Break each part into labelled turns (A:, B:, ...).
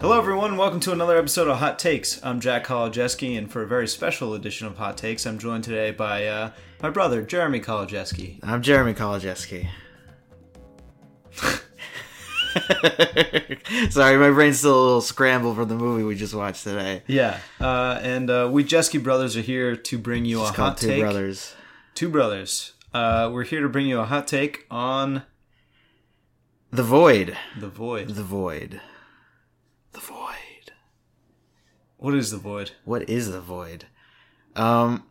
A: Hello, everyone. Welcome to another episode of Hot Takes. I'm Jack Kolojeski, and for a very special edition of Hot Takes, I'm joined today by uh, my brother, Jeremy Kolojeski.
B: I'm Jeremy Kolojeski. Sorry, my brain's still a little scrambled from the movie we just watched today.
A: Yeah, uh, and uh, we Jeski brothers are here to bring you
B: It's
A: a
B: called
A: hot
B: Two
A: take.
B: Brothers.
A: Two brothers. Uh, we're here to bring you a hot take on
B: The Void.
A: the void.
B: The Void. The Void.
A: What is the void?
B: What is The Void? Um,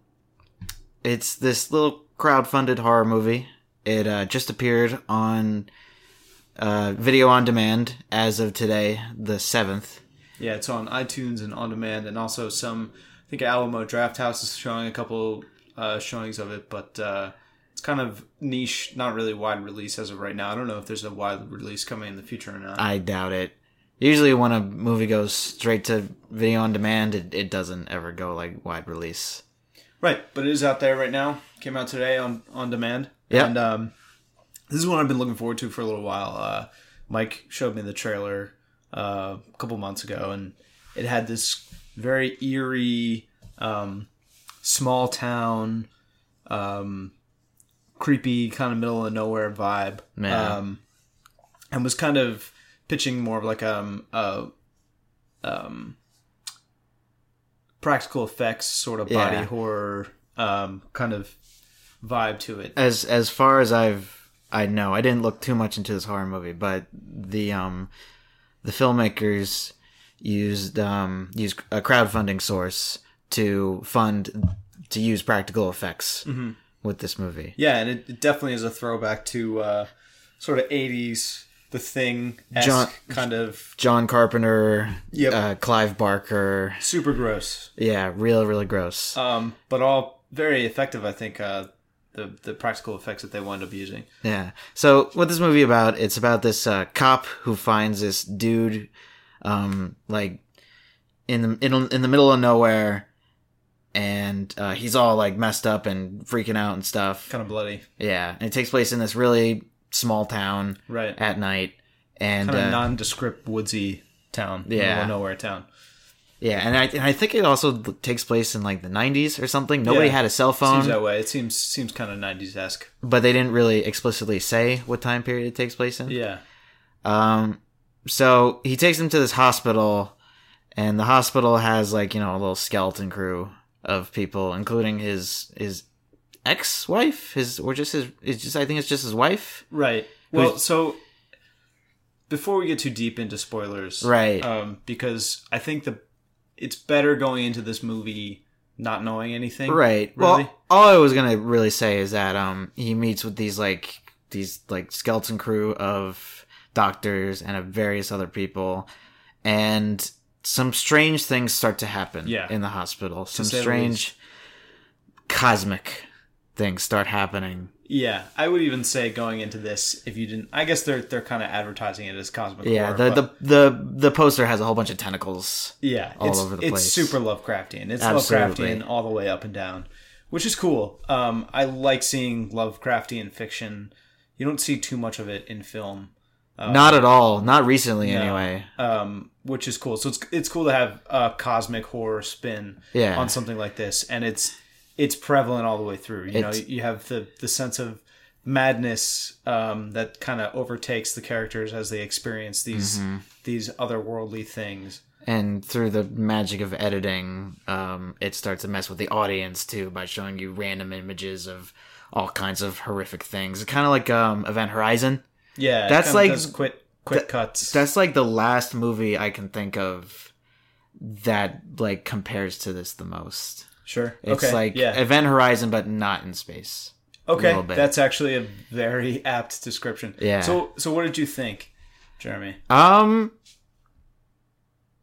B: it's this little crowdfunded horror movie. It uh, just appeared on uh, video on demand as of today, the 7th.
A: Yeah, it's on iTunes and on demand, and also some. I think Alamo Draft House is showing a couple uh, showings of it, but uh, it's kind of niche, not really wide release as of right now. I don't know if there's a wide release coming in the future or not.
B: I doubt it. Usually, when a movie goes straight to video on demand, it, it doesn't ever go like wide release.
A: Right, but it is out there right now. Came out today on on demand.
B: Yeah.
A: and um, this is one I've been looking forward to for a little while. Uh, Mike showed me the trailer uh, a couple months ago, and it had this very eerie, um, small town, um, creepy kind of middle of nowhere vibe.
B: Yeah.
A: Um, and was kind of pitching more of like um a um practical effects sort of body
B: Yeah.
A: horror um kind of vibe to it.
B: As as far as I've I know, I didn't look too much into this horror movie, but the um the filmmakers used um used a crowdfunding source to fund to use practical effects with this movie.
A: Yeah, and it, it definitely is a throwback to uh sort of 80s the thing
B: John-
A: kind of
B: John Carpenter,
A: Yep.
B: uh, Clive Barker,
A: super gross.
B: yeah, real really gross.
A: Um but all very effective I think uh the the practical effects that they wound up using.
B: Yeah. So what this movie about? It's about this uh, cop who finds this dude, um, like in the in, in the middle of nowhere, and uh, he's all like messed up and freaking out and stuff.
A: Kind of bloody.
B: Yeah. And it takes place in this really small town
A: Right.
B: at night, and
A: Kind of
B: uh,
A: nondescript woodsy town.
B: Yeah.
A: middle of nowhere town.
B: yeah, and I and I think it also takes place in like the '90s or something. Nobody
A: Yeah.
B: had a cell
A: Seems
B: phone,
A: that way. It seems seems kind of nineties esque.
B: but they didn't really explicitly say what time period it takes place in.
A: Yeah.
B: Um, so he takes him to this hospital, and the hospital has like you know a little skeleton crew of people, including his his ex-wife, his or just his it's just I think it's just his wife,
A: Right. Well,
B: Who's-
A: so before we get too deep into spoilers,
B: right?
A: Um, because I think the it's better going into this movie not knowing anything.
B: right.
A: really?
B: Well, all I was gonna really say is that um he meets with these like these like skeleton crew of doctors and of various other people, and some strange things start to happen
A: Yeah.
B: in the hospital. Some
A: say the
B: strange cosmic things start happening.
A: Yeah, I would even say going into this, if you didn't, I guess they're they're kind of advertising it as cosmic.
B: Yeah,
A: horror,
B: the,
A: but-
B: the the the poster has a whole bunch of tentacles.
A: Yeah,
B: all
A: it's,
B: over the
A: it's
B: place.
A: super Lovecraftian. It's
B: Absolutely.
A: Lovecraftian all the way up and down, which is cool. Um, I like seeing Lovecraftian fiction. You don't see too much of it in film, Oh.
B: Not at all. Not recently, anyway.
A: um, which is cool. So it's it's cool to have a cosmic horror spin
B: Yeah.
A: on something like this, and it's it's prevalent all the way through. You know,
B: It's-
A: you have the the sense of madness um, that kind of overtakes the characters as they experience these
B: Mm-hmm.
A: these otherworldly things.
B: And through the magic of editing, um, it starts to mess with the audience too by showing you random images of all kinds of horrific things. Kind of like um, Event Horizon.
A: Yeah, it
B: That's
A: kinda
B: like-
A: does quick quick cuts.
B: That's like the last movie I can think of that like compares to this the most.
A: Sure.
B: It's
A: okay.
B: like
A: yeah.
B: Event Horizon, but not in space.
A: okay,
B: little bit.
A: that's actually a very apt description.
B: Yeah.
A: So so what did you think, Jeremy?
B: Um.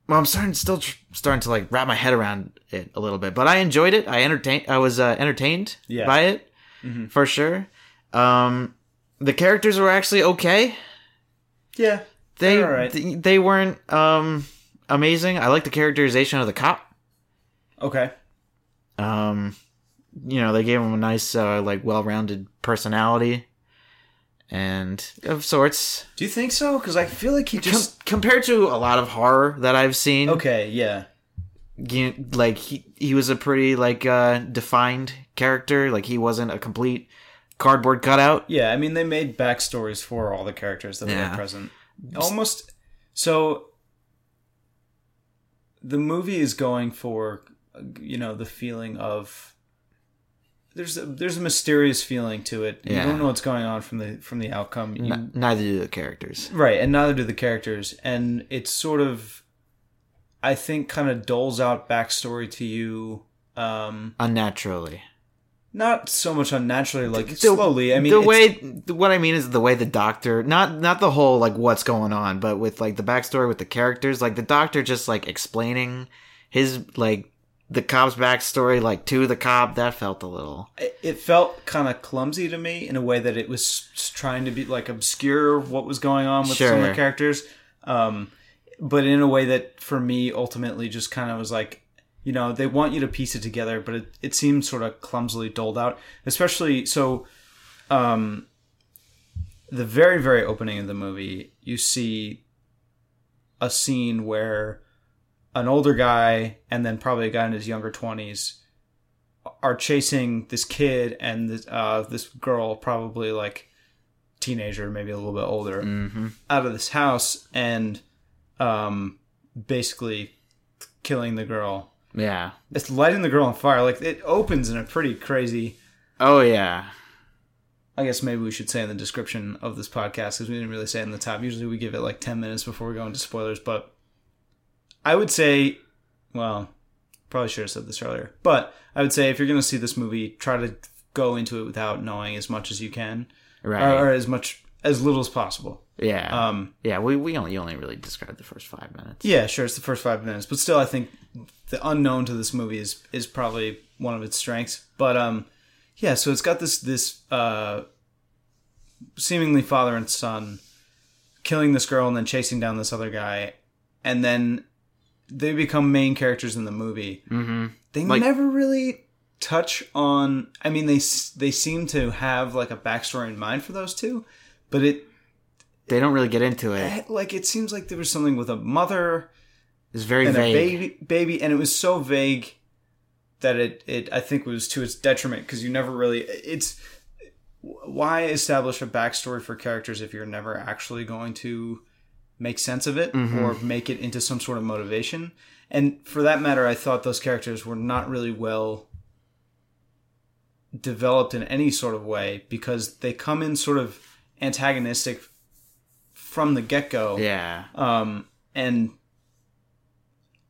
B: Well, I'm starting still tr- starting to like wrap my head around it a little bit, but I enjoyed it. I entertained. I was uh, entertained
A: Yeah. Mm-hmm.
B: by it for sure. Um, the characters were actually okay.
A: Yeah.
B: They
A: They're all right.
B: th- they weren't um amazing. I like the characterization of the cop.
A: Okay.
B: Um, you know, they gave him a nice uh, like well rounded personality, and of sorts.
A: Do you think so? Because I feel like he just
B: Com- compared to a lot of horror that I've seen,
A: okay. Yeah,
B: you- like he he was a pretty like uh, defined character. Like he wasn't a complete cardboard cutout.
A: yeah. I mean, they made backstories for all the characters that
B: Yeah.
A: were present. Almost. So the movie is going for you know the feeling of there's a, there's a mysterious feeling to it.
B: Yeah.
A: You don't know what's going on from the from the outcome. You
B: N- neither do the characters.
A: Right, and neither do the characters. And it's sort of, I think, kind of doles out backstory to you. Um,
B: Unnaturally,
A: not so much unnaturally, like
B: The-
A: slowly. I mean,
B: the
A: it's-
B: way what I mean is the way the doctor not not the whole like what's going on, but with like the backstory with the characters, like the doctor just like explaining his like the cop's backstory like to the cop that felt a little
A: it- it felt kind of clumsy to me in a way that it was s- trying to be like obscure what was going on with some of
B: Sure.
A: the characters. Um, but in a way that for me ultimately just kind of was like, you know, they want you to piece it together, but it, it seems sort of clumsily doled out, especially so. Um, the very, very opening of the movie, you see a scene where an older guy and then probably a guy in his younger 20s are chasing this kid and this, uh, this girl, probably like teenager, maybe a little bit older,
B: mm-hmm.
A: out of this house and um, basically killing the girl.
B: yeah
A: It's lighting the girl on fire. Like it opens in a pretty crazy.
B: oh yeah
A: I guess maybe we should say in the description of this podcast because we didn't really say it in the top. Usually we give it like 10 minutes before we go into spoilers, but I would say, well, probably should have said this earlier, but I would say if you're going to see this movie, try to go into it without knowing as much as you can
B: right
A: or, or as much, as little as possible.
B: yeah
A: Um,
B: yeah we, we only you only really described the first five minutes
A: Yeah, sure, it's the first five minutes, but still, I think the unknown to this movie is is probably one of its strengths. But um, yeah, so it's got this this uh, seemingly father and son killing this girl and then chasing down this other guy, and then they become main characters in the movie.
B: mm-hmm.
A: They
B: Like-
A: never really touch on. I mean, they s- they seem to have like a backstory in mind for those two, but it
B: they don't really get into it
A: like it seems like there was something with a mother
B: it's very
A: and
B: vague
A: a baby baby and it was so vague that it, it i think was to its detriment because you never really it's why establish a backstory for characters if you're never actually going to make sense of it
B: Mhm.
A: or make it into some sort of motivation and for that matter i thought those characters were not really well developed in any sort of way because they come in sort of antagonistic from the get-go
B: yeah
A: um, and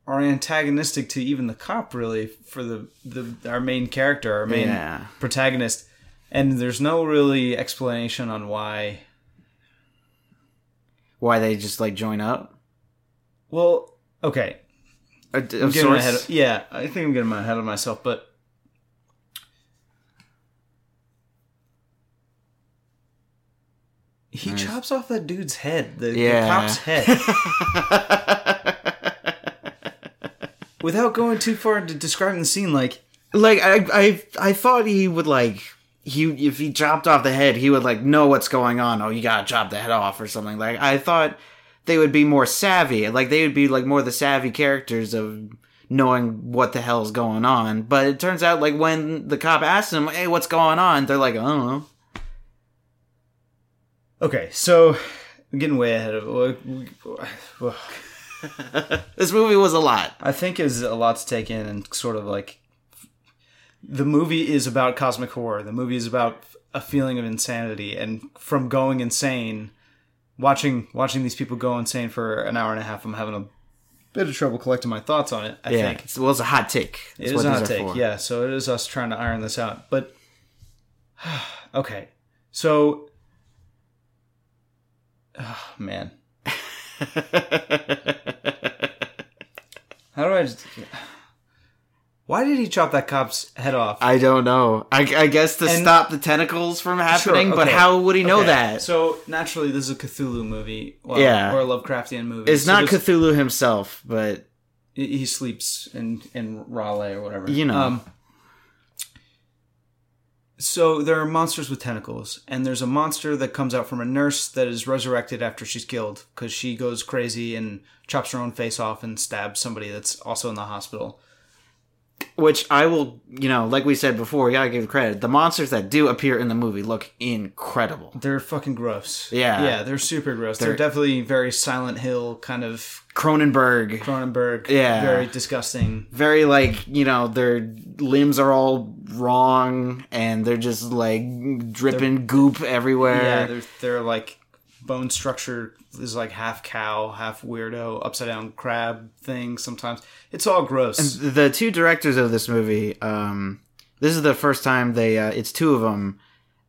A: are antagonistic to even the cop really for the, the our main character our main
B: yeah
A: protagonist and there's no really explanation on why
B: why they just like join up
A: well okay
B: of,
A: I'm getting
B: of sorts
A: ahead of, yeah i think i'm getting my head of myself but he
B: Nice.
A: chops off that dude's head the,
B: Yeah.
A: the cop's head without going too far into describing the scene like
B: like I, I I thought he would like he if he chopped off the head he would like know what's going on oh you gotta chop the head off or something like I thought they would be more savvy like they would be like more the savvy characters of knowing what the hell's going on but it turns out like when the cop asks them hey what's going on they're like I don't know
A: Okay, so I'm getting way ahead of.
B: this movie was a lot
A: I think is a lot to take in, and sort of like the movie is about cosmic horror. The movie is about a feeling of insanity, and from going insane, watching watching these people go insane for an hour and a half, I'm having a bit of trouble collecting my thoughts on it. I
B: yeah
A: think
B: it's, well it's a hot take That's
A: it
B: what
A: is not a
B: these are
A: take,
B: for.
A: yeah. So it is us trying to iron this out. But okay, so oh, man, how do I just? Why did he chop that cop's head off?
B: I don't know I, I guess to
A: And-
B: stop the tentacles from happening but
A: okay.
B: how would he know
A: Okay,
B: that
A: So naturally, this is a Cthulhu movie, well,
B: Yeah.
A: or a Lovecraftian movie.
B: It's
A: So
B: not
A: this-
B: Cthulhu himself, but
A: he he sleeps in in Raleigh or whatever.
B: You know.
A: Um, so there are monsters with tentacles, and there's a monster that comes out from a nurse that is resurrected after she's killed because she goes crazy and chops her own face off and stabs somebody that's also in the hospital.
B: Which I will, you know, like we said before, you gotta give credit. The monsters that do appear in the movie look incredible.
A: They're fucking gross.
B: Yeah.
A: yeah, they're super gross. They're,
B: They're-
A: definitely very Silent Hill kind of
B: Cronenberg,
A: Cronenberg.
B: Yeah.
A: very disgusting.
B: very like, you know, their limbs are all wrong and they're just like dripping goop everywhere.
A: Yeah, they're they're like bone structure is like half cow, half weirdo, upside down crab thing. Sometimes it's all gross.
B: the two directors of this movie um this is the first time they uh, it's two of them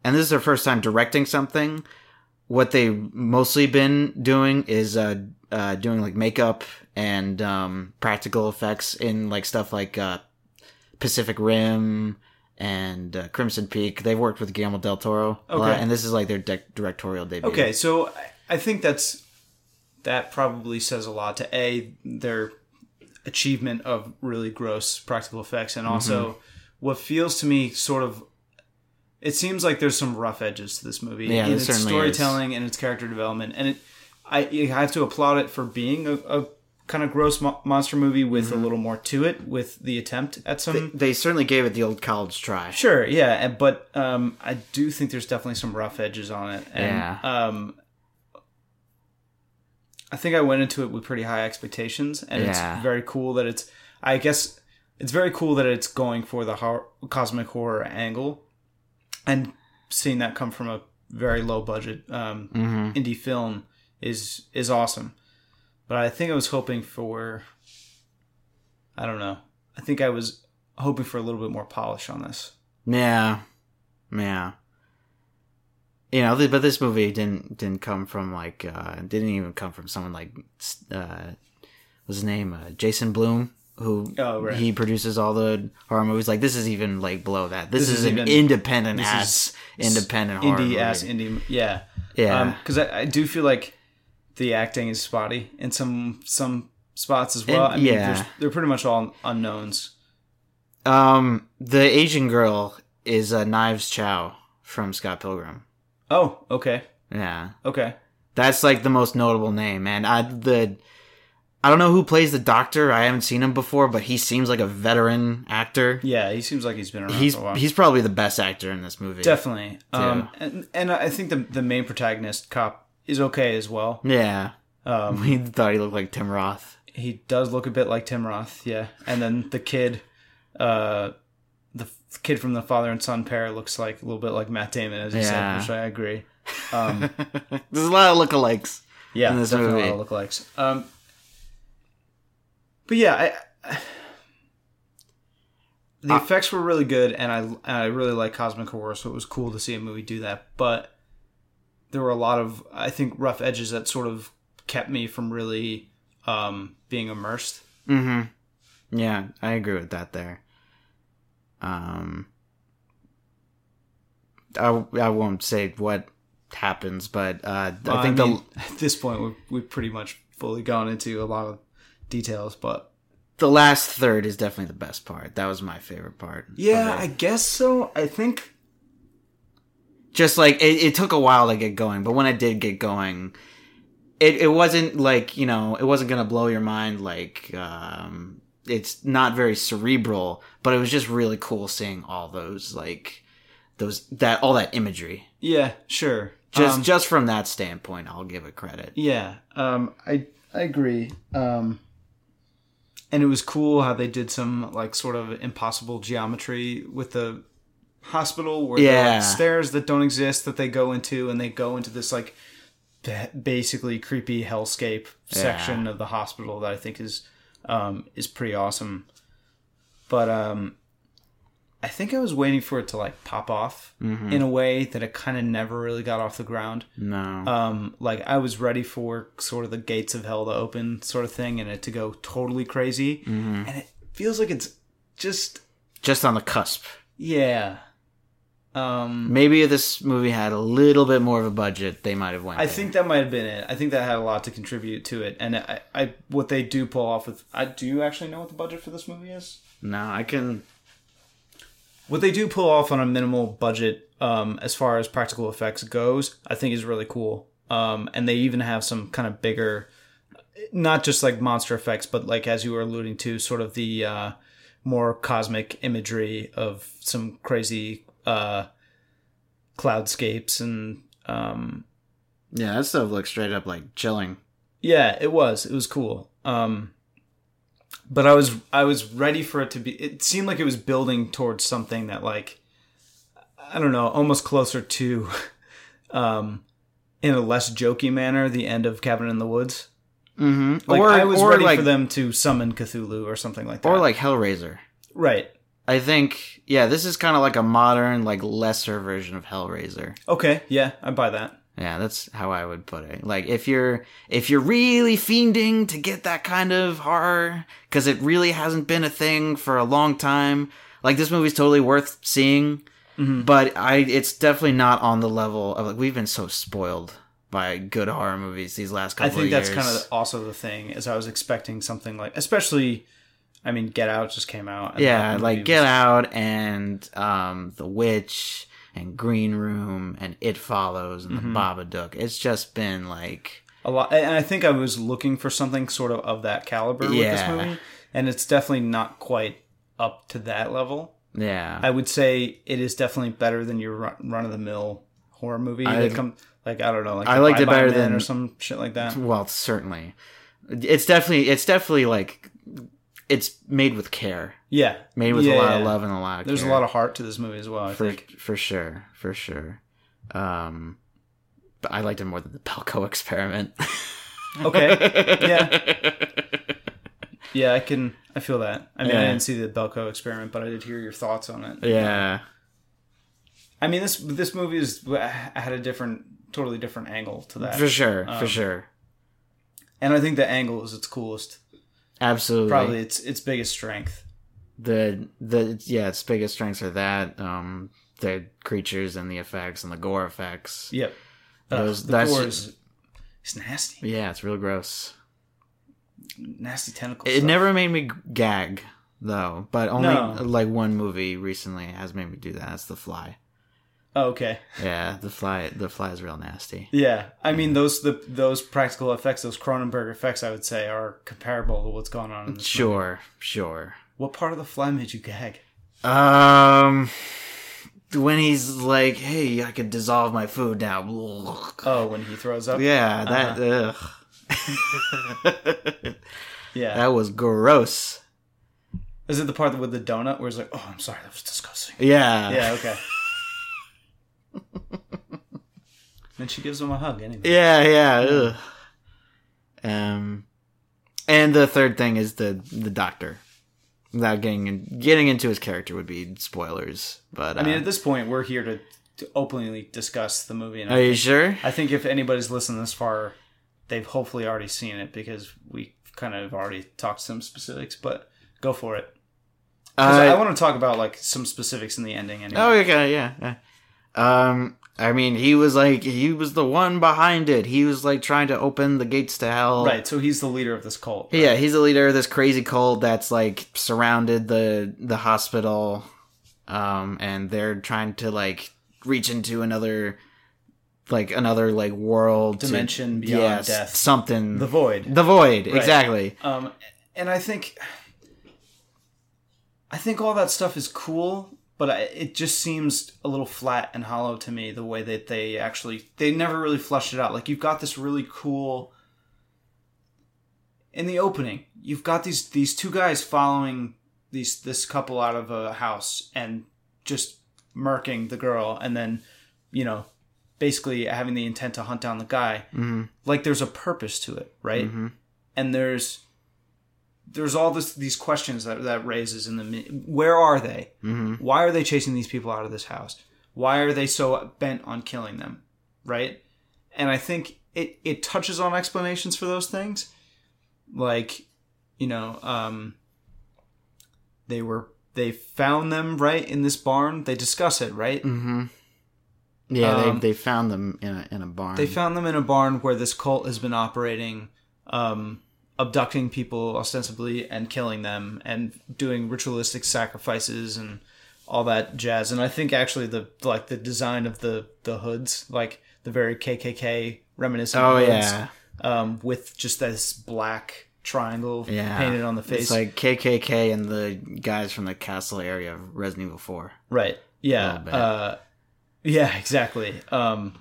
B: and this is their first time directing something what they mostly been doing is uh, uh doing like makeup and um practical effects in like stuff like uh pacific rim and uh, crimson peak they've worked with guillermo del toro a lot,
A: Okay.
B: and this is like their de- directorial debut
A: Okay, so I- I think that's that probably says a lot to a their achievement of really gross practical effects, and
B: Mm-hmm.
A: also what feels to me sort of it seems like there's some rough edges to this movie
B: Yeah,
A: in
B: there
A: its
B: certainly
A: storytelling and its character development, and it I, I have to applaud it for being a, a kind of gross mo- monster movie with
B: Mm-hmm.
A: a little more to it, with the attempt at some
B: they certainly gave it the old college try
A: Sure, yeah, and- but um, I do think there's definitely some rough edges on it. And,
B: Yeah.
A: Um, I think I went into it with pretty high expectations, and
B: Yeah.
A: it's very cool that it's. I guess it's very cool that it's going for the hor- cosmic horror angle, and seeing that come from a very low budget um,
B: hmm
A: indie film is is awesome. But I think I was hoping for. I don't know. I think I was hoping for a little bit more polish on this.
B: Yeah, yeah. You know, th- but this movie didn't didn't come from like uh didn't even come from someone like s- uh what's his name uh, Jason Bloom who
A: Oh, right.
B: he produces all the horror movies. Like this is even like below that. This,
A: This
B: is,
A: is
B: an
A: even-
B: independent
A: this
B: ass
A: is
B: independent horror
A: indie
B: movie.
A: ass um, indie. Yeah,
B: yeah.
A: Because I, I do feel like the acting is spotty in some some spots as well.
B: And-
A: I mean,
B: yeah.
A: there's- they're pretty much all unknowns.
B: um, the Asian girl is uh, Knives Chow from Scott Pilgrim.
A: Oh, okay,
B: Yeah.
A: okay.
B: That's like the most notable name, man. I the I don't know who plays the doctor. I haven't seen him before, but he seems like a veteran actor.
A: Yeah, he seems like he's been around
B: He's
A: for a while.
B: he's probably the best actor in this movie.
A: Definitely. Um, and, and I think the the main protagonist cop is okay as well.
B: Yeah.
A: Um,
B: We thought he looked like Tim Roth.
A: he does look a bit like Tim Roth, yeah. And then the kid, uh, the f- kid from the father and son pair looks like a little bit like Matt Damon, as you
B: Yeah.
A: said, which I agree. Um,
B: There's a lot of lookalikes.
A: yeah,
B: in this
A: definitely a
B: movie.
A: lot of lookalikes. Um, but yeah, I, the effects were really good, and I and I really like Cosmic Horror, so it was cool to see a movie do that. But there were a lot of I think rough edges that sort of kept me from really um, being immersed.
B: Mm-hmm. Yeah, I agree with that there. Um I, I won't say what happens, but uh, I think the
A: mean, at this point we've, we've pretty much fully gone into a lot of details, but
B: the last third is definitely the best part. That was my favorite part. of
A: yeah,
B: it.
A: I guess so. I think
B: just like it, it took a while to get going, but when it did get going, it, it wasn't like you know it wasn't gonna blow your mind. Like um, it's not very cerebral, but it was just really cool seeing all those like those that all that imagery.
A: yeah, sure.
B: Just
A: Um,
B: just from that standpoint, I'll give it credit.
A: yeah, um, I I agree. Um, and it was cool how they did some like sort of impossible geometry with the hospital where there are
B: Yeah.
A: like, stairs that don't exist that they go into, and they go into this like ba- basically creepy hellscape section of the hospital that I think is um, is pretty awesome. But um, I think I was waiting for it to like pop off
B: Mm-hmm.
A: in a way that it kind of never really got off the ground.
B: No,
A: Um, like I was ready for sort of the gates of hell to open, sort of thing, and it to go totally crazy. And it feels like it's just
B: just on the cusp.
A: yeah. Um,
B: Maybe if this movie had a little bit more of a budget, they might have went.
A: I
B: there.
A: think that might have been it. I think that had a lot to contribute to it, and I, I what they do pull off with. I do you actually know what the budget for this movie is?
B: no, I can.
A: what they do pull off on a minimal budget um, as far as practical effects goes i think is really cool um, and they even have some kind of bigger not just like monster effects but like as you were alluding to sort of the uh, more cosmic imagery of some crazy uh, cloudscapes and um,
B: Yeah, that stuff looks straight up like chilling.
A: yeah it was it was cool um, but i was i was ready for it to be it seemed like it was building towards something that like i don't know almost closer to um, in a less jokey manner the end of cabin in the woods
B: Mm-hmm.
A: like
B: or
A: i was
B: or
A: ready
B: like
A: for them to summon cthulhu or something like that
B: or like Hellraiser.
A: right
B: I think yeah, this is kind of like a modern, like lesser version of Hellraiser.
A: okay yeah i buy that
B: Yeah, that's how I would put it. Like if you're if you're really fiending to get that kind of horror cuz it really hasn't been a thing for a long time, like this movie's totally worth seeing,
A: Mhm.
B: but I it's definitely not on the level of like we've been so spoiled by good horror movies these
A: I
B: last couple
A: think
B: of
A: that's
B: years.
A: kind of also the thing is I was expecting something like, especially, I mean, Get Out just came out. and
B: Yeah,
A: that movie
B: like Get
A: was-
B: Out and um The Witch and Green Room and It Follows and
A: Mhm.
B: The Babadook. It's just been like
A: A lot, and I think I was looking for something sort of of that caliber with this
B: Yeah.
A: movie, and it's definitely not quite up to that level.
B: yeah.
A: I would say it is definitely better than your run of the mill horror movie.
B: I-
A: that come like I don't know, like
B: I
A: the
B: liked it
A: Bye Bye
B: better
A: Men
B: than-
A: or some shit like that.
B: Well, certainly. It's definitely it's definitely like it's made with care.
A: Yeah,
B: Made with
A: Yeah,
B: a lot
A: yeah.
B: of love and a lot of
A: There's
B: care.
A: a lot of heart to this movie as well. I
B: for,
A: think.
B: for sure, for sure. Um but I liked it more than the Palco experiment.
A: Okay,
B: yeah.
A: yeah, I can. I feel that. I mean, I
B: Yeah.
A: didn't see the Belko experiment, but I did hear your thoughts on it.
B: Yeah.
A: I mean, this this movie is I had a different, totally different angle to that,
B: For sure,
A: Um,
B: for sure.
A: and I think the angle is its coolest,
B: Absolutely.
A: probably its its biggest strength.
B: the the yeah, its biggest strengths are that um the creatures and the effects and the gore effects.
A: Yep,
B: Those-
A: Uh, the
B: that's-
A: gore is it's nasty,
B: Yeah, it's real gross.
A: nasty tentacles.
B: It never made me gag though, but only uh,
A: No.
B: like one movie recently has made me do that. It's The Fly.
A: Oh, okay,
B: Yeah, The Fly. The Fly is real nasty.
A: yeah. I mean, those the those practical effects, those Cronenberg effects, I would say, are comparable to what's going on. In this movie.
B: Sure, sure.
A: What part of the fly made you gag?
B: Um, when he's like, "Hey, I could dissolve my food now."
A: Oh, when he throws up.
B: yeah, that.
A: uh-huh.
B: Ugh.
A: yeah.
B: that was gross.
A: Is it the part with the donut where it's like, oh, I'm sorry, that was disgusting?
B: Yeah.
A: Yeah, okay. and she gives him a hug anyway.
B: Yeah, yeah. Ugh. Um, and the third thing is the the doctor. Without getting in, getting into his character would be spoilers, but uh,
A: I mean, at this point, we're here to, to openly discuss the movie. And
B: uh, are
A: I,
B: you sure?
A: I think if anybody's listened this far, they've hopefully already seen it because we kind of already talked some specifics, but go for it. 'Cause I
B: Uh,
A: want to talk about like some specifics in the ending anyway.
B: oh, okay, yeah, yeah. Um, I mean, he was like he was the one behind it. He was like trying to open the gates to hell.
A: Right, so he's the leader of this cult. right?
B: Yeah, he's the leader of this crazy cult that's like surrounded the the hospital, um, and they're trying to like reach into another, like another like world to-
A: Dimension beyond
B: Yes,
A: death.
B: something
A: The
B: the,
A: void.
B: void exactly.
A: Um, and I think, I think all that stuff is cool, but I, it just seems a little flat and hollow to me. The way that they actually, they never really fleshed it out. Like you've got this really cool. In the opening, you've got these these two guys following these this couple out of a house and just murking the girl, and then, you know, basically having the intent to hunt down the guy.
B: Mhm.
A: Like there's a purpose to it, right?
B: Mhm.
A: and there's there's all this these questions that that raises in the mi- where are they
B: Mhm.
A: why are they chasing these people out of this house why are they so bent on killing them right and i think it it touches on explanations for those things like you know um they were they found them right in this barn they discuss it right
B: Mhm. Yeah,
A: Um,
B: they they found them in a in a barn.
A: They found them in a barn where this cult has been operating, um, abducting people ostensibly and killing them and doing ritualistic sacrifices and all that jazz. And I think actually the like the design of the the hoods, like the very KKK reminiscent.
B: Oh,
A: hoods,
B: yeah.
A: um, with just this black triangle
B: Yeah.
A: painted on the face.
B: It's like KKK and the guys from the castle area of Resident Evil 4.
A: Right.
B: I'll
A: Yeah.
B: bet.
A: Uh, yeah. Exactly. Um,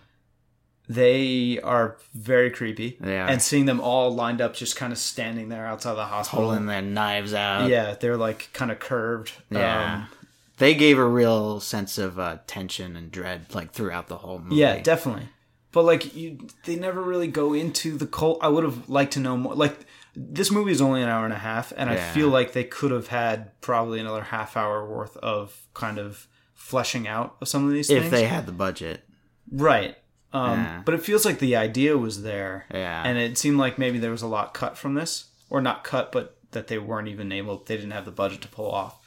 A: they are very creepy.
B: They are.
A: And seeing them all lined up, just kind of standing there outside the hospital.
B: Pulling their knives out.
A: yeah, they're like kind of curved.
B: Yeah.
A: Um,
B: they gave a real sense of uh, tension and dread like throughout the whole movie.
A: yeah, definitely. But like you, they never really go into the cult. I would have liked to know more. Like this movie is only an hour and a half, and I
B: Yeah.
A: feel like they could have had probably another half hour worth of kind of fleshing out of some of these
B: if
A: things.
B: they had the budget.
A: Right. Um,
B: Yeah.
A: But it feels like the idea was there.
B: Yeah.
A: And it seemed like maybe there was a lot cut from this, or not cut, but that they weren't even able, they didn't have the budget to pull off.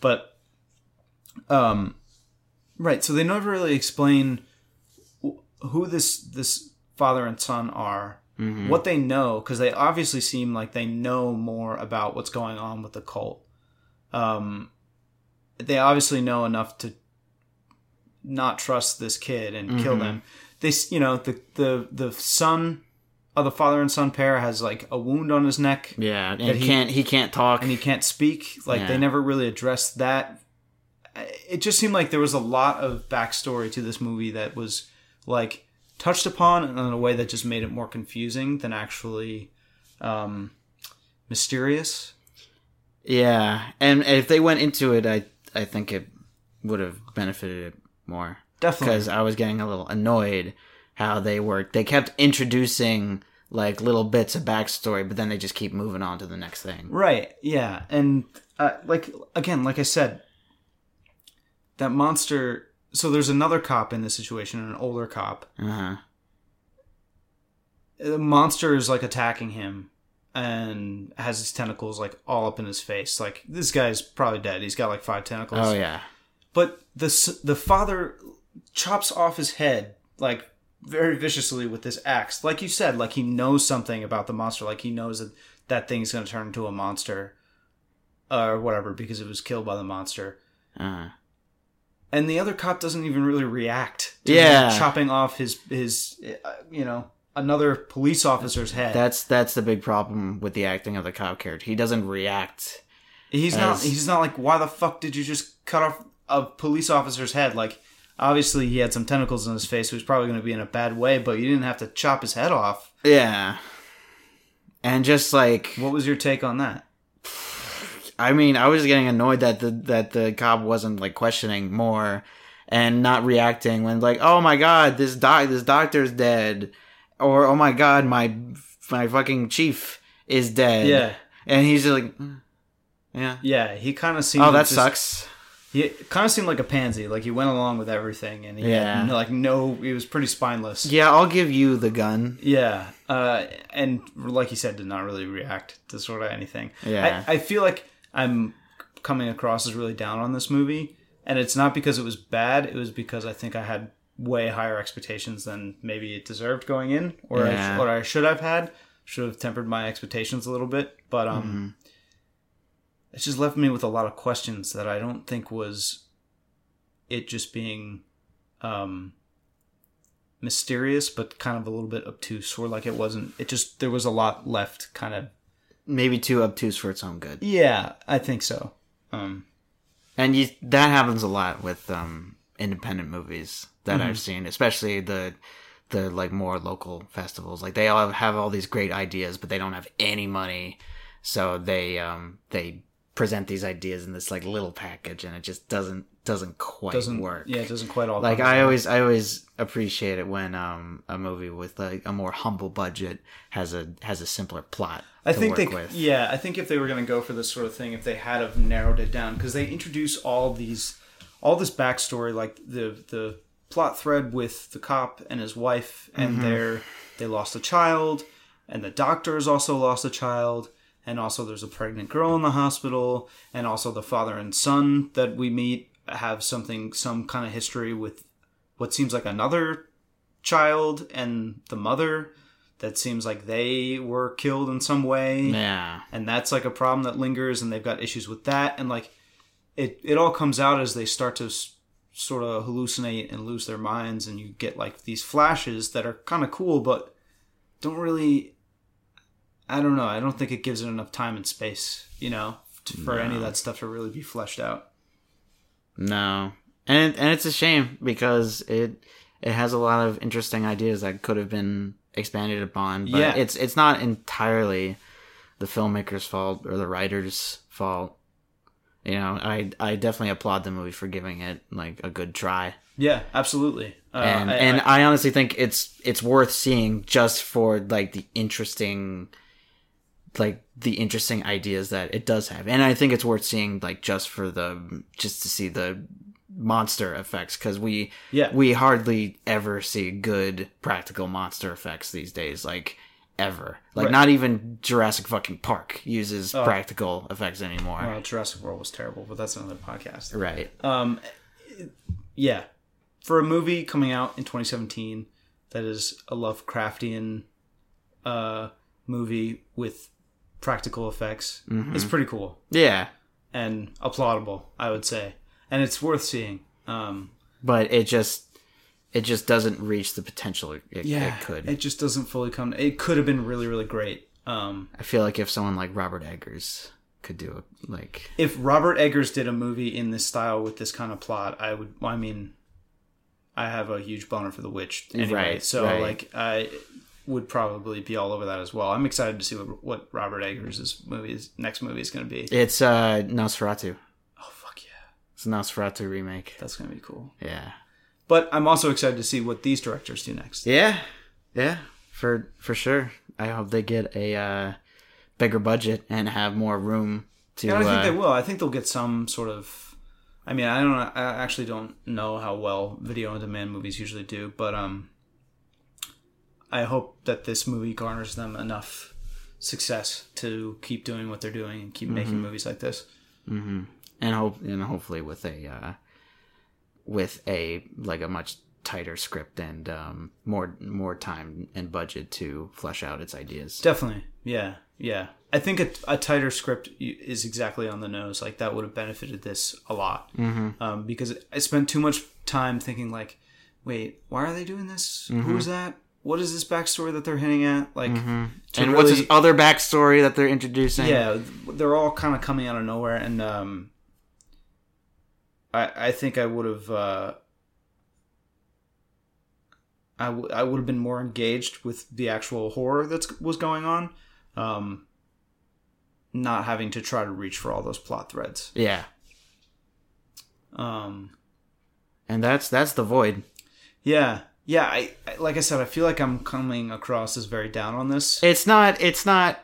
A: But, um, right. So they never really explain wh- who this this father and son are,
B: Mm-hmm.
A: what they know, because they obviously seem like they know more about what's going on with the cult. Um, they obviously know enough to not trust this kid and kill them. This, you know, the the the son of the father and son pair has like a wound on his neck
B: Yeah, and
A: That he-
B: he can't he can't talk.
A: and he can't speak. Like
B: Yeah.
A: they never really addressed that. I- It just seemed like there was a lot of backstory to this movie that was like touched upon in a way that just made it more confusing than actually um, mysterious.
B: yeah, and if they went into it, I I think it would have benefited it more
A: Definitely.
B: because I was getting a little annoyed how they worked. They kept introducing like little bits of backstory, but then they just keep moving on to the next thing.
A: Right. Yeah. And uh, like again, like I said, that monster. So there's another cop in this situation, an older cop.
B: Uh huh.
A: The monster is like attacking him and has his tentacles like all up in his face. Like this guy's probably dead. He's got like five tentacles.
B: Oh yeah.
A: But the s- the father chops off his head like very viciously with this axe. Like you said, like he knows something about the monster. Like he knows that that thing's going to turn into a monster or whatever because it was killed by the monster.
B: Uh-huh.
A: And the other cop doesn't even really react. To
B: Yeah.
A: him chopping off his his uh, you know another police officer's head.
B: That's that's the big problem with the acting of the cop character. He doesn't react.
A: He's not.
B: as-
A: He's not like. Why the fuck did you just cut off a police officer's head? Like, obviously he had some tentacles in his face. He was probably going to be in a bad way, but you didn't have to chop his head off.
B: Yeah. And just like
A: What was your take on that?
B: I mean, I was getting annoyed that the that the cop wasn't like questioning more and not reacting when like, oh my god, this doc this doctor's dead, or oh my god, my my fucking chief is dead.
A: Yeah,
B: and he's just like, "Mm, yeah,
A: yeah. He kind of seemed.
B: oh that
A: just-
B: sucks.
A: He kind of seemed like a pansy. Like he went along with everything, and he yeah,
B: Yeah.
A: like no, he was pretty spineless.
B: Yeah, I'll give you the gun.
A: Yeah, uh, and like you said, did not really react to sort of anything.
B: Yeah.
A: I, I feel like I'm coming across as really down on this movie, and it's not because it was bad. It was because I think I had way higher expectations than maybe it deserved going in, or I,
B: Yeah.
A: or I should have had. Should have tempered my expectations a little bit, but um, it just left me with a lot of questions that I don't think was it just being um mysterious but kind of a little bit obtuse or like it wasn't it just there was a lot left kind of
B: Maybe too obtuse for its own good.
A: yeah i think so um
B: And you, that happens a lot with um independent movies that
A: Mm-hmm.
B: I've seen, especially the the like more local festivals. Like they all have, have all these great ideas, but they don't have any money, so they um they present these ideas in this like little package, and it just doesn't doesn't quite
A: doesn't
B: work.
A: yeah it doesn't quite all
B: Like
A: come
B: I
A: together.
B: always, I always appreciate it when um, a movie with like a more humble budget has a has a simpler plot.
A: I
B: to
A: think they,
B: work with.
A: yeah, I think if they were going to go for this sort of thing, if they had have narrowed it down, because they introduce all these, all this backstory, like the the plot thread with the cop and his wife, and their they lost a child, and the doctor has also lost a child, and also there's a pregnant girl in the hospital, and also the father and son that we meet have something, some kind of history with what seems like another child and the mother that seems like they were killed in some way
B: yeah,
A: and that's like a problem that lingers and they've got issues with that and like it it all comes out as they start to s- sort of hallucinate and lose their minds, and you get like these flashes that are kind of cool, but don't really. I don't know. I don't think it gives it enough time and space, you know, t for any of that stuff to really be fleshed out.
B: No, and and it's a shame because it it has a lot of interesting ideas that could have been expanded upon. But
A: Yeah.
B: it's it's not entirely the filmmaker's fault or the writer's fault. You know, I I definitely applaud the movie for giving it like a good try,
A: Yeah, absolutely. Uh,
B: and
A: I-
B: and
A: I-
B: I, honestly think it's it's worth seeing just for like the interesting, like the interesting ideas that it does have, and I think it's worth seeing like just for the just to see the monster effects because we
A: yeah,
B: we hardly ever see good practical monster effects these days like ever like
A: Right. Oh.
B: not even jurassic fucking park uses practical effects anymore
A: well, Jurassic World was terrible, but that's another podcast.
B: right
A: Um, it- yeah, for a movie coming out in 2017 that is a Lovecraftian uh, movie with practical effects, it's pretty cool
B: yeah
A: and applaudable, I would say, and it's worth seeing. Um,
B: but it just it just doesn't reach the potential it, it- it could
A: It just doesn't fully come. It could have been really, really great. Um,
B: i feel like if someone like robert eggers could do it like
A: if Robert Eggers did a movie in this style with this kind of plot, I would. I mean, I have a huge boner for The Witch anyway,
B: Right,
A: so
B: right.
A: like I would probably be all over that as well. I'm excited to see what what Robert Eggers' movie is, next movie is going to be.
B: it's uh nosferatu
A: Oh fuck yeah,
B: it's a nosferatu remake
A: that's going to be cool.
B: yeah
A: But I'm also excited to see what these directors do next.
B: yeah yeah for for sure i hope they get a uh bigger budget and have more room to
A: And I think
B: uh,
A: they will. I think they'll get some sort of. I mean, I don't. I actually don't know how well video on demand movies usually do, but um, I hope that this movie garners them enough success to keep doing what they're doing and keep making
B: Mm-hmm.
A: movies like this.
B: and hope and hopefully with a uh, with a like a much tighter script and um, more more time and budget to flesh out its ideas.
A: Definitely, yeah, yeah. I think a, a tighter script y- is exactly on the nose. Like that would have benefited this a lot um, because I spent too much time thinking like, wait, why are they doing this? Who is that? What is this backstory that they're hinting at? Like, to
B: And what's
A: really-
B: this other backstory that they're introducing?
A: yeah they're all kind of coming out of nowhere and um i i think i would have uh I, w- I would have been more engaged with the actual horror that was going on um not having to try to reach for all those plot threads
B: yeah.
A: um
B: And that's that's the void.
A: yeah yeah I, I like i said i feel like i'm coming across as very down on this
B: It's not it's not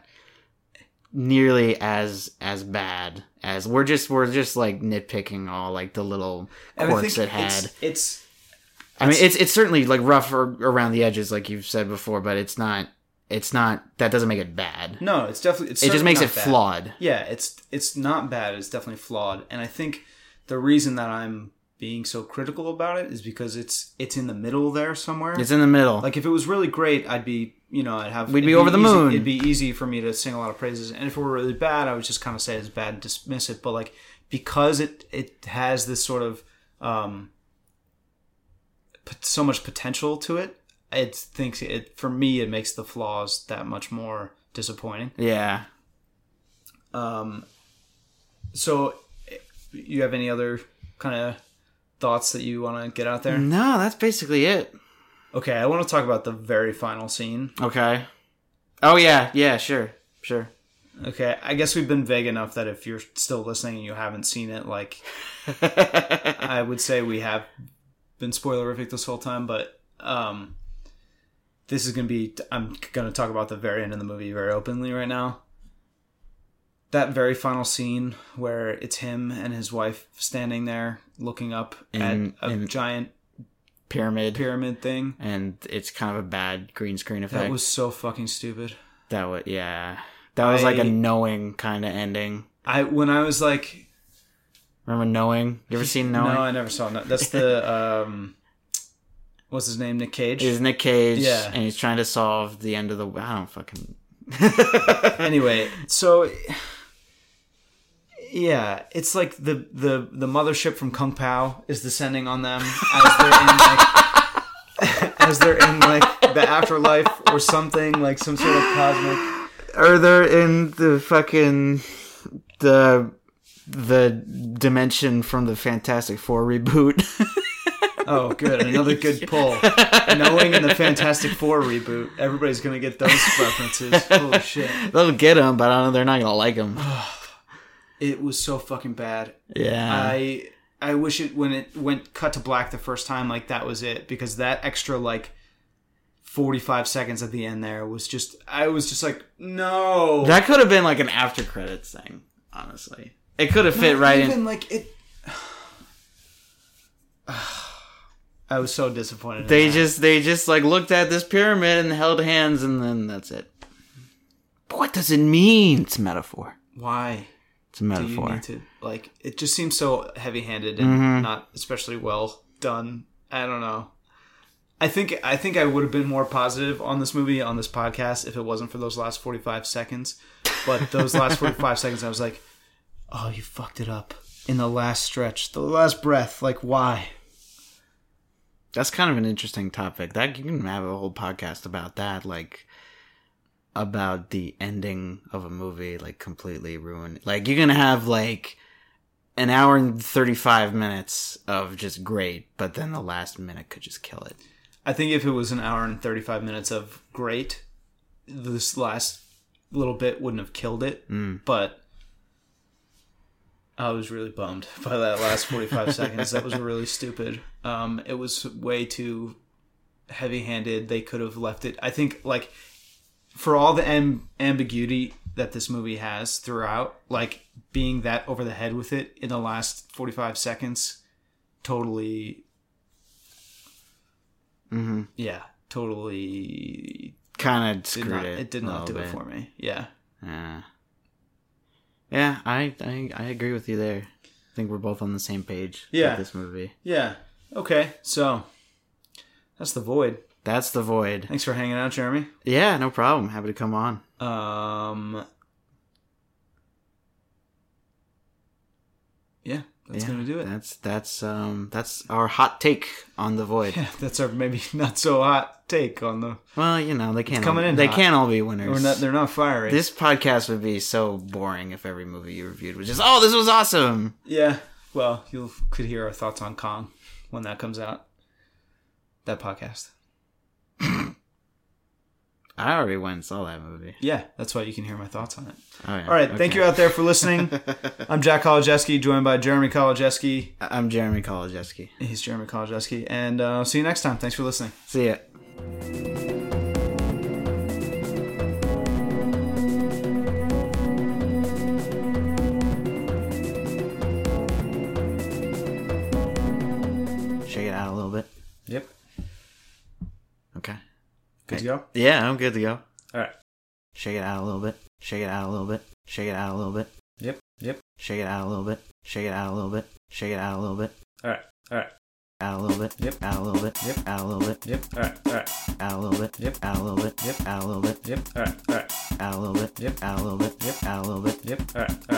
B: nearly as as bad as we're just we're just like nitpicking all like the little
A: And I
B: quirks it had.
A: it's, it's
B: I mean, it's it's certainly like rough ar- around the edges, like you've said before, but it's not. It's not. That doesn't make it bad.
A: no it's definitely it's
B: it just
A: certainly
B: makes
A: not
B: it
A: bad.
B: flawed.
A: yeah it's it's not bad it's definitely flawed and i think the reason that i'm being so critical about it is because it's it's in the middle there somewhere
B: It's in the middle.
A: like if it was really great i'd be you know i'd have
B: We'd
A: it'd
B: be over the
A: easy-
B: moon.
A: it'd be easy for me to sing a lot of praises and if it were really bad i would just kind of say it's bad and dismiss it but like because it it has this sort of um pot- so much potential to it it thinks it for me it makes the flaws that much more disappointing
B: yeah.
A: um, so, eh, you have any other kind of thoughts that you want to get out there?
B: No, that's basically it.
A: Okay, I want to talk about the very final scene.
B: Okay. Oh yeah, yeah, sure, sure.
A: Okay, I guess we've been vague enough that if you're still listening and you haven't seen it, like I would say we have been spoilerific this whole time, but um, this is gonna be. I'm gonna talk about the very end of the movie very openly right now. That very final scene where it's him and his wife standing there looking up
B: And-
A: at a
B: and-
A: giant
B: Pyramid,
A: pyramid thing.
B: and it's kind of a bad green screen effect.
A: That was so fucking stupid.
B: that was yeah. That was like
A: I-
B: a knowing kind of ending.
A: I when I was like,
B: Remember knowing? You ever seen knowing?
A: no, I never saw that. That's the um, what's his name, Nick Cage.
B: Is Nick Cage,
A: Yeah.
B: and he's trying to solve the end of the. I don't fucking.
A: anyway, so Yeah, it's like the the the mothership from Kung Pao is descending on them as they're in like as they're in like the afterlife or something like some sort of cosmic.
B: Or they're in the fucking the the dimension from the Fantastic Four reboot.
A: Oh, good, another good pull. Knowing in the Fantastic Four reboot, everybody's gonna get those references. Holy shit!
B: They'll get them, but I know they're not gonna like them.
A: It was so fucking bad.
B: Yeah,
A: I I wish it when it went cut to black the first time, like that was it because that extra like forty five seconds at the end there was just I was just like no
B: that could have been like an after credits thing. Honestly, it could have fit right
A: even
B: in.
A: like it. I was so disappointed. in
B: They
A: that.
B: just they just like looked at this pyramid and held hands, and then that's it. But what does it mean? It's a metaphor.
A: why
B: It's
A: do
B: a
A: you
B: metaphor.
A: need to like it just seems so heavy handed and not especially well done. I don't know. I think I think I would have been more positive on this movie on this podcast if it wasn't for those last forty five seconds. But those last forty five seconds, I was like, "Oh, you fucked it up in the last stretch, the last breath. Like, why?"
B: That's kind of an interesting topic. That you can have a whole podcast about that, like about the ending of a movie, like completely ruined. Like you're gonna have like an hour and thirty five minutes of just great, but then the last minute could just kill it.
A: I think if it was an hour and 35 minutes of great, this last little bit wouldn't have killed it. But I was really bummed by that last 45 seconds. That was really stupid. Um, it was way too heavy handed. They could have left it. I think, like, for all the am- ambiguity that this movie has throughout, like, being that over the head with it in the last 45 seconds totally yeah, totally
B: Kind of
A: did
B: screwed
A: not.
B: it.
A: It, Oh, did
B: a
A: not do
B: little
A: it
B: bit.
A: for me. Yeah,
B: Yeah. Yeah, I, I I agree with you there. I think we're both on the same page.
A: Yeah.
B: With this movie.
A: yeah. Okay, so that's the void.
B: That's the void.
A: Thanks for hanging out, Jeremy.
B: Yeah, no problem. Happy to come on.
A: Um, yeah, that's
B: Yeah,
A: gonna do it.
B: That's that's um that's our hot take on the void.
A: yeah, that's our maybe not so hot take on the.
B: Well, you know they can't
A: coming
B: all,
A: in
B: They
A: hot.
B: can't all be
A: Or
B: winners.
A: not, they're not fiery.
B: this podcast would be so boring if every movie you reviewed was just oh this was awesome.
A: yeah. Well, you could hear our thoughts on Kong when that comes out. That podcast.
B: I already went and saw that movie.
A: Yeah, that's why you can hear my thoughts on it.
B: Oh, yeah.
A: All right, thank
B: Okay.
A: you out there for listening. I'm Jack Kolojeski, joined by Jeremy Kolojeski.
B: I- I'm Jeremy Kolodziejski.
A: He's Jeremy Kolojeski, and uh, see you next time. Thanks for listening.
B: See ya. Shake it out a little bit.
A: Yep,
B: Okay.
A: good to go.
B: Yeah, I'm good to go.
A: All right.
B: Shake it out a little bit. Shake it out a little bit. Shake it out a little bit.
A: Yep, yep.
B: Shake it out a little bit. Shake it out a little bit. Shake it out a little bit.
A: All right, all right.
B: Out a little bit.
A: Yep.
B: Out a little bit.
A: Yep.
B: Out a little bit.
A: Yep, all right, all right.
B: Out a little bit.
A: Yep.
B: Out a little bit.
A: Yep.
B: Out a little bit.
A: Yep, all right, all right.
B: Out a little bit.
A: Yep.
B: Out a little bit.
A: Yep.
B: Out a little bit.
A: Yep, all right, all right.